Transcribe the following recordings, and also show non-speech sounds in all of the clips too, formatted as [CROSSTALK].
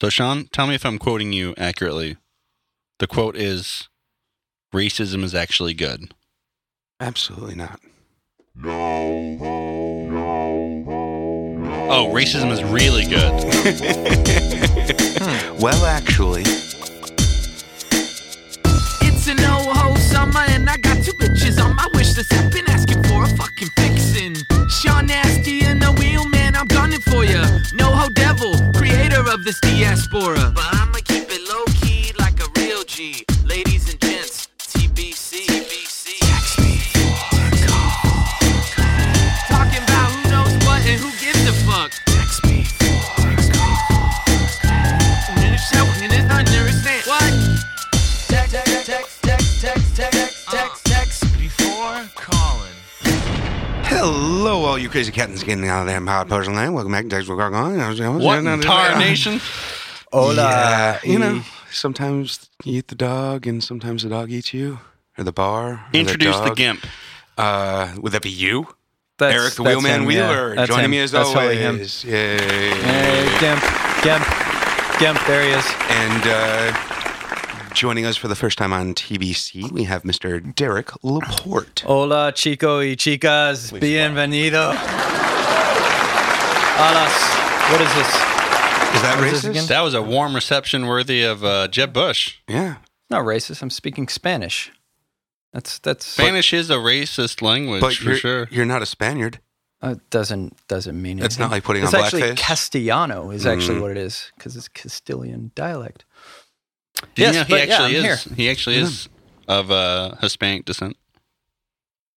So, Sean, tell me if I'm quoting you accurately. The quote is racism is actually good. Absolutely not. Oh, racism is really [LAUGHS] good. Well, actually, It's an old ho summer and I got two bitches on my wish list. I've been asking for a fucking fixin'. Sean Nasty and the wheel man, I'm gunning for ya. No ho devil, creator of this diaspora. But I'ma keep it low key like a real G. Ladies and gents, TBC. TBC. Text me for a call. Talking about who knows what and who gives a fuck. Text me for a call. And it's shouting and it's understand. What? text, text, text, text, text, text, text, Uh, text before calling. hello, all you crazy captains getting out of that empowered person land. Welcome back to Dexter Gargon. What in tar nation? Hola. you know, sometimes you eat the dog, and sometimes the dog eats you, or the bar. or Introduce the dog. gimp. Uh, would that be you? That's, Eric the that's Wheelman him, yeah. Wheeler That's joining him. me as that's totally always. him. Yay. Hey, Gemp, Gemp, Gemp. There he is. And uh, joining us for the first time on TBC, we have Mr. Derek Laporte. Hola, chico y chicas. Bienvenido. Alas. What is this? Is that What Oh. racist? is this again? That was a warm reception worthy of uh, Jeb Bush. Yeah. Not racist. I'm speaking Spanish. That's that's. Spanish is a racist language But for you're, sure. you're not a Spaniard. Uh, doesn't doesn't mean It's anything. not like putting it's on actually blackface. Castellano is actually what it is because it's Castilian dialect. Did Yes, you know but he yeah, actually I'm is? He actually is of uh, Hispanic descent.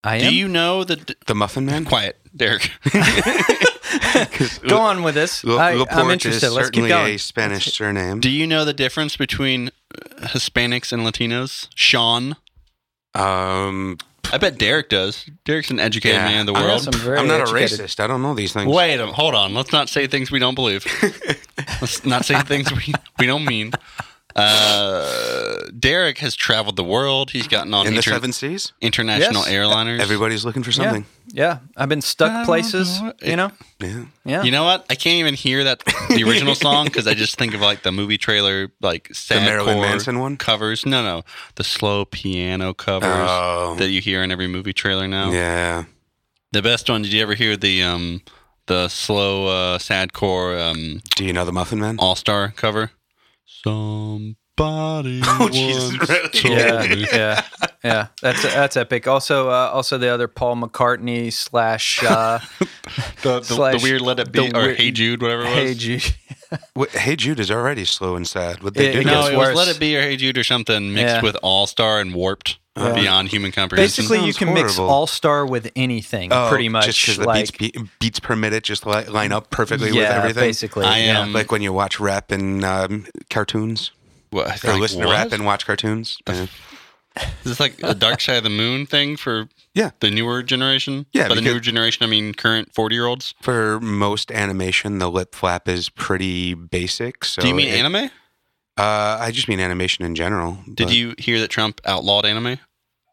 I am. Do you know the d- The Muffin [LAUGHS] Man? quiet, Derek? Go on with this. La- I, Laporte I'm interested. is Let's keep certainly going. a Spanish surname. Do you know the difference between uh, Hispanics and Latinos? Sean, um, I bet Derek does. Derek's an educated Yeah. man of the I know world. some very I'm not educated- a racist. I don't know these things. Wait, a- hold on. Let's not say things we don't [LAUGHS] believe. Let's not say things we, we don't mean. Uh, Derek has traveled the world. He's gotten on In the inter- seven seas, international Yes. airliners. everybody's looking for Yeah, something. Uh, yeah. I've been stuck places. You know. Yeah. Yeah. You know what? I can't even hear that the [LAUGHS] original song because I just think of like the movie trailer, like sad Marilyn core Manson one? covers. No, no, the slow piano covers Oh. that you hear in every movie trailer now. Yeah. The best one. Did you ever hear the um the slow uh, sad core um, Do you know the Muffin Man? All Star cover? Somebody oh, Jesus, really? [LAUGHS] yeah, yeah, yeah. That's that's epic. Also, uh, also the other Paul McCartney [LAUGHS] slash uh, the, the, Slash the weird Let It Be the or weird- Hey Jude, whatever it was. Hey Jude. Wait, hey Jude is already slow and sad. What they It- do? it no, gets it was worse. Let It Be or Hey Jude or something mixed Yeah. with All Star and Warped beyond human comprehension. [LAUGHS] Basically, you sounds can mix horrible. All Star with anything, Oh, pretty much. Just because the like, beats, be- beats permit it, just li- line up perfectly yeah, with everything. basically. I yeah. am- Like when you watch rap and um, cartoons, What? or Like, listen what? to rap and watch cartoons. Yeah, Is this like a Dark Side of the Moon thing for Yeah. the newer generation? Yeah, By the because- newer generation, I mean current 40 year olds. For most animation, the lip flap is pretty basic. So Do you mean it- anime? Uh, I just mean animation in general. Did but- you hear that Trump outlawed anime?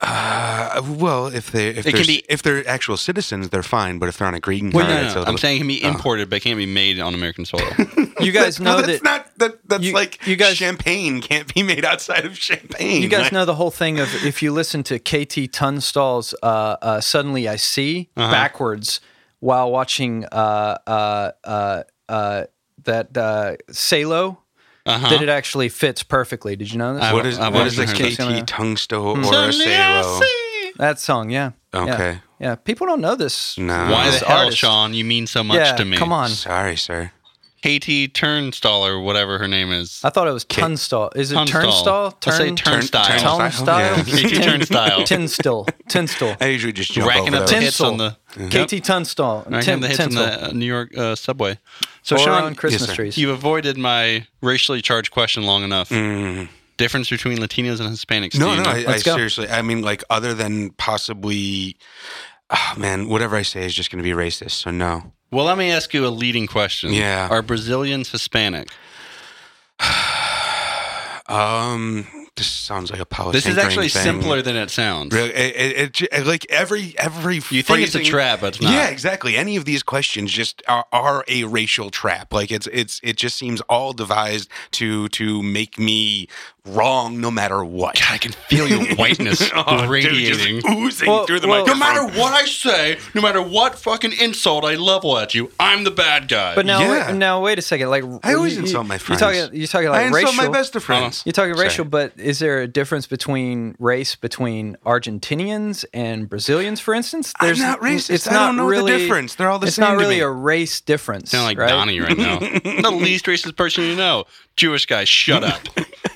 Uh, well, if they if It can they're, be- if they're actual citizens, they're fine. But if they're on a green Well, card, no, no, it's no. a I'm little- [LAUGHS] saying it can be Oh. imported, but it can't be made on American soil. Uh-huh. You guys [LAUGHS] know no, that's that. not that. That's you- like you guys- champagne can't be made outside of champagne. you guys right? know the whole thing of if you listen to KT Tunstall's uh, uh, "Suddenly I See" Uh-huh. backwards while watching uh, uh, uh, uh, that uh, Salo, that it actually fits perfectly. Did you know this? I- What is I've what is a often heard that. KT tungsto or a Suddenly I salo? see. That song, yeah. Yeah. Okay. Yeah. People don't know this. No. Why this the hell, artist. Sean? You mean so much Yeah, to me. come on. Sorry, sir. KT Turnstall or whatever her name is. I thought it was Tunstall. Is it Turnstall? Turnstall. Let's say Turnstile. Turnstile. Turnstile? Yeah. KT Turnstile. Tunstall. Tunstall. I usually just jump Racking over up the those. hits Tinsel. on the. KT Tunstall. Racking up Tin- the hits on Tunstall. the uh, New York uh, subway. So, So or Sean, on Christmas sir. trees. You avoided my racially charged question long enough. Mm. Difference between Latinos and Hispanics. No, do you no. know? I, I Let's go. seriously. I mean, like, other than possibly, oh, man, whatever I say is just going to be racist. So no. well, let me ask you a leading question. Yeah. Are Brazilians Hispanic? Um, this sounds like a Palestinian. This is actually thing. simpler than it sounds. Really, it, it, it, ju- like every every You think it's a phrasing- trap, but it's not. Yeah, exactly. Any of these questions just are, are a racial trap. Like it's it's it just seems all devised to to make me wrong, no matter what. [LAUGHS] I can feel your whiteness Oh, dude, just radiating. um, oozing Well, through the well- No microphone. matter what I say, no matter what fucking insult I level at you, I'm the bad guy. But now, Yeah. wait, now wait a second. Like I always you- insult my friends. You're talking, you're talking like I racial. insult my best of friends. Uh-huh. You're talking Sorry. racial, but is there a difference between race between Argentinians and Brazilians, for instance? I'm not racist. I don't know the difference. They're all the it's same not to really me. a race difference. sound like right? Donnie right now. I'm [LAUGHS] the least racist person you know. Jewish guy, shut up.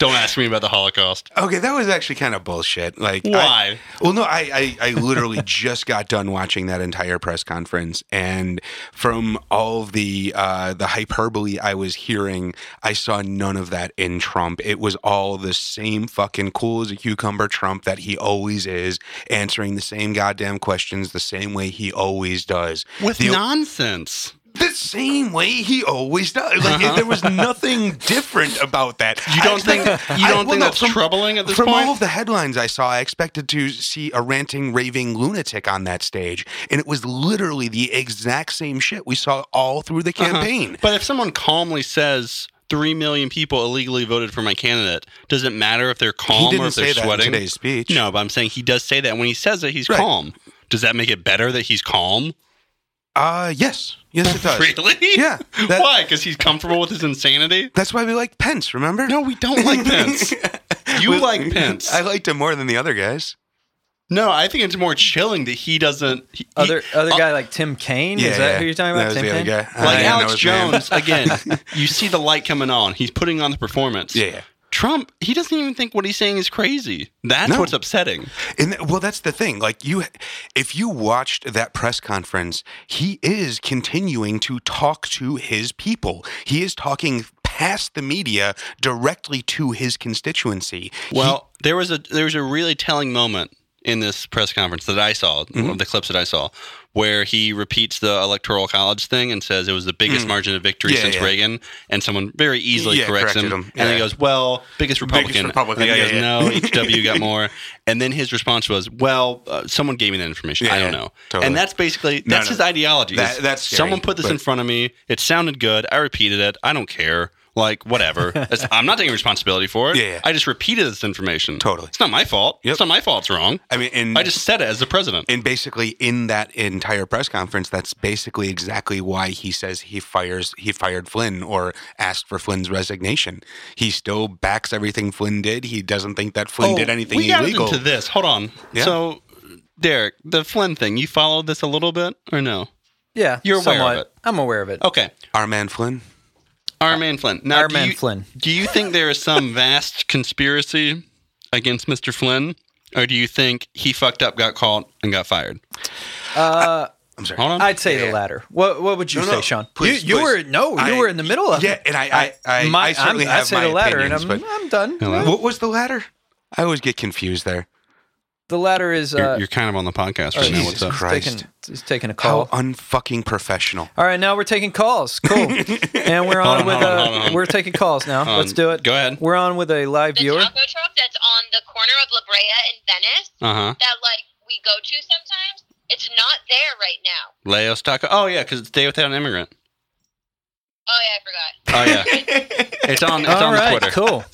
Don't ask me about the Holocaust. Okay, that was actually kind of bullshit. Like, I- Why? well, no, I, I, I literally [LAUGHS] just got done watching that entire press conference, and from all of the uh, the hyperbole I was hearing, I saw none of that in Trump. It was all the same fucking cool as a cucumber Trump that he always is, answering the same goddamn questions the same way he always does. With The- nonsense. the same way he always does. Like there was nothing different about that. Uh-huh. You don't I expected- think- you don't think that's from- troubling at this from point? all of the headlines I saw, I expected to see a ranting, raving lunatic on that stage, and it was literally the exact same shit we saw all through the Uh-huh. campaign. But if someone calmly says three million people illegally voted for my candidate, does it matter if they're calm He or didn't if they're say that sweating? in today's speech. No, but I'm saying he does say that. And when he says it, he's Right. calm. Does that make it better that he's calm? Uh yes, yes it [LAUGHS] does. Really? Yeah, that- [LAUGHS] Why? Because he's comfortable with his insanity? That's why we like Pence. Remember? [LAUGHS] No, we don't [LAUGHS] like Pence. You We- like Pence. I liked him more than the other guys. no, I think it's more chilling that he doesn't. he- Other he- other uh, guy like Tim Cain. Oh. Yeah, is that yeah. who you're talking That about? was Tim the other Cain? guy. Uh, I like didn't know Alex his name. Jones, again, you see the light coming on. He's putting on the performance. [LAUGHS] Yeah, yeah. Trump, he doesn't even think what he's saying is crazy. That's No. what's upsetting. And th- well, that's the thing. Like you, if you watched that press conference, he is continuing to talk to his people. He is talking past the media directly to his constituency. He- Well, there was a there was a really telling moment in this press conference that I saw, Mm-hmm. one of the clips that I saw, where he repeats the electoral college thing and says it was the biggest margin of victory Mm. Yeah, since yeah. Reagan, and someone very easily Yeah, corrects him, corrected him. and Yeah. he goes, "Well, biggest Republican." Republican, And the guy yeah, goes, yeah. "No, HW [LAUGHS] got more," and then his response was, "Well, uh, someone gave me that information. Yeah, I don't yeah, know." totally. And that's basically No, that's no, his ideology. that- is that's scary, someone put this in but- front of me. It sounded good. I repeated it. I don't care. Like whatever. [LAUGHS] It's- I'm not taking responsibility for it. Yeah, yeah. I just repeated this information. Totally. It's not my fault. Yep. It's not my fault. It's wrong. I mean, and I just said it as the president. and basically in that entire press conference, that's basically exactly why he says he fires he fired Flynn or asked for Flynn's resignation. He still backs everything Flynn did. He doesn't think that Flynn did anything Oh, we got illegal. into this. Hold on. Yeah. So, Derek, the Flynn thing. You followed this a little bit or no? Yeah, You're aware of somewhat. it. Oh, I'm aware of it. Okay. Our man Flynn. Uh, Our man Flynn. Now, Our do man you- Flynn. Do you think there is [LAUGHS] some vast conspiracy against Mr. Flynn, or do you think he fucked up, got caught, and got fired? I'm sorry. Hold on. I'd say the latter. What What would you No, say, no, Sean? please, you you please. were no, you I- were in the middle of yeah, it. and I- I- I- I certainly I'm, have I'd say my the latter, and I'm, opinions, but- I'm done. Hello? What was the latter? I always get confused there. The latter is you're, uh, you're kind of on the podcast right now. Jesus What's up? Christ. taking, he's taking a How call. unfucking professional. All right, now we're taking calls. [LAUGHS] Cool. and we're on, on, with hold on, uh, hold on. we're taking calls now. on. Let's do it. Go ahead. We're on with a live the viewer. taco truck that's on the corner of La Brea and Venice Uh huh. that like we go to sometimes. It's not there right now. Leo Taco. Oh yeah, because it's Day Without an Immigrant. Oh yeah, I forgot. Oh yeah, it's on. It's All on the right, Twitter. cool.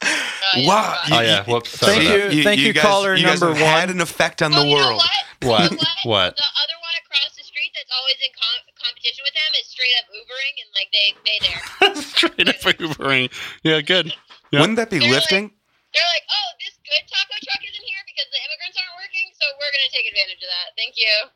Oh, yeah, I Wow. forgot. Oh yeah. Whoops. Sorry Thank about that. you. Thank you, caller guys number have Had one. an effect on Oh, the you know world. what? What? You know What? The other one across the street that's always in com- competition with them is straight up Ubering and like they they there. [LAUGHS] Straight up Ubering. Yeah, good. Yeah. Wouldn't that be Really? lifting? They're like, oh, this good taco truck isn't here because the immigrants aren't working, so we're gonna take advantage of that. Thank you.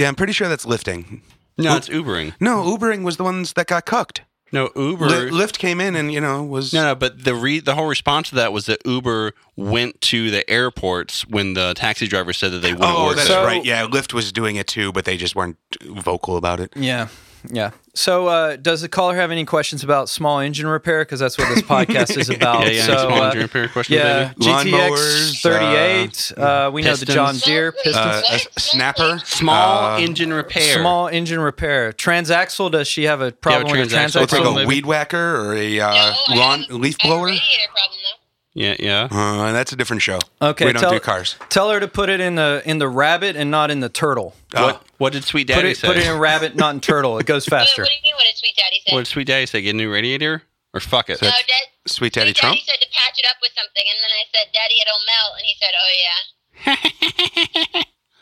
Yeah, I'm pretty sure that's lifting. No, it's Ubering. No, Ubering was the ones that got cooked. No, Uber. Li- Lyft came in and you know was no, no, but the re- the whole response to that was that Uber went to the airports when the taxi driver said that they wouldn't Oh, work. that's there. So- right. Yeah, Lyft was doing it too, but they just weren't vocal about it. [LAUGHS] Yeah, yeah. So, uh, does the caller have any questions about small engine repair? Because that's what [LAUGHS] this podcast is about. Yeah, yeah. so, small uh, engine repair question, yeah, baby. baby. GTX Lawnmowers, thirty eight. Uh, we know the pistons. John Deere Wait, pistons. Uh, what? a s- snapper. Small Uh, engine repair. Small engine repair. Transaxle. Does she have a problem with her transaxle transaxle? It's like problem, a maybe. weed whacker or a uh, No, oh, I lawn have a- leaf I have a blower. radiator problem though. Yeah, yeah. Uh, that's a different show. Okay, we don't tell, do cars. Tell her to put it in the in the rabbit and not in the turtle. What What did Sweet Put Daddy it, say? put it in rabbit, not in turtle. It goes What, faster. what do you mean? What did Sweet Daddy say? what did Sweet Daddy say? Get a new radiator or fuck it? no, Dad, Oh, Sweet Daddy Sweet Trump. Daddy said to patch it up with something, and then I said, "Daddy, it'll melt," and he said, "Oh yeah."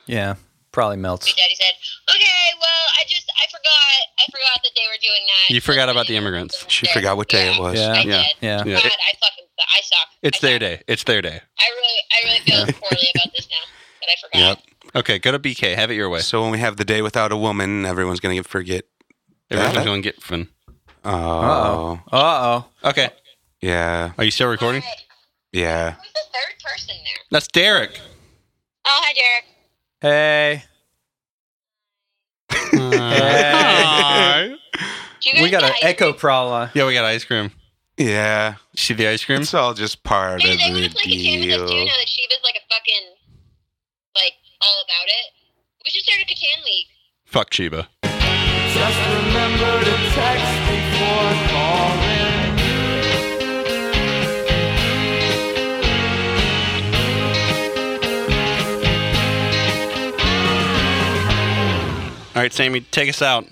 Yeah, probably melts. Sweet Daddy said, "Okay, well, I just I forgot I forgot that they were doing that." You forgot about the immigrants. She forgot what day it was. I Yeah, did. Yeah, yeah. yeah. God, I fucking I suck. It's I their suck. day. It's their day. I really I really feel poorly about this now that I forgot. Yep. Okay, go to BK. Have it your way. So when we have the day without a woman, everyone's gonna get forget. Everyone's that- going to get fun. Oh, Uh oh. Uh oh. Okay. yeah, Are you still recording? Alright, yeah. Who's the third person there? That's Derek. Oh, hi, Derek. Hey. Aw. [LAUGHS] Do you guys We got get an ice echo cream? problem. yeah, we got ice cream. Yeah, See the ice cream? it's all just part Hey, of they the want to play Catan with us too deal. now that Shiva's like a fucking like all about it. We should start a Catan league. Fuck Sheba. Just remember to text before calling. All right, Sammy, take us out.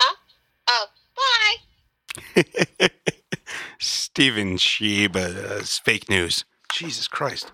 Huh? Oh, bye. [LAUGHS] Stephen Sheba's fake news. Jesus Christ.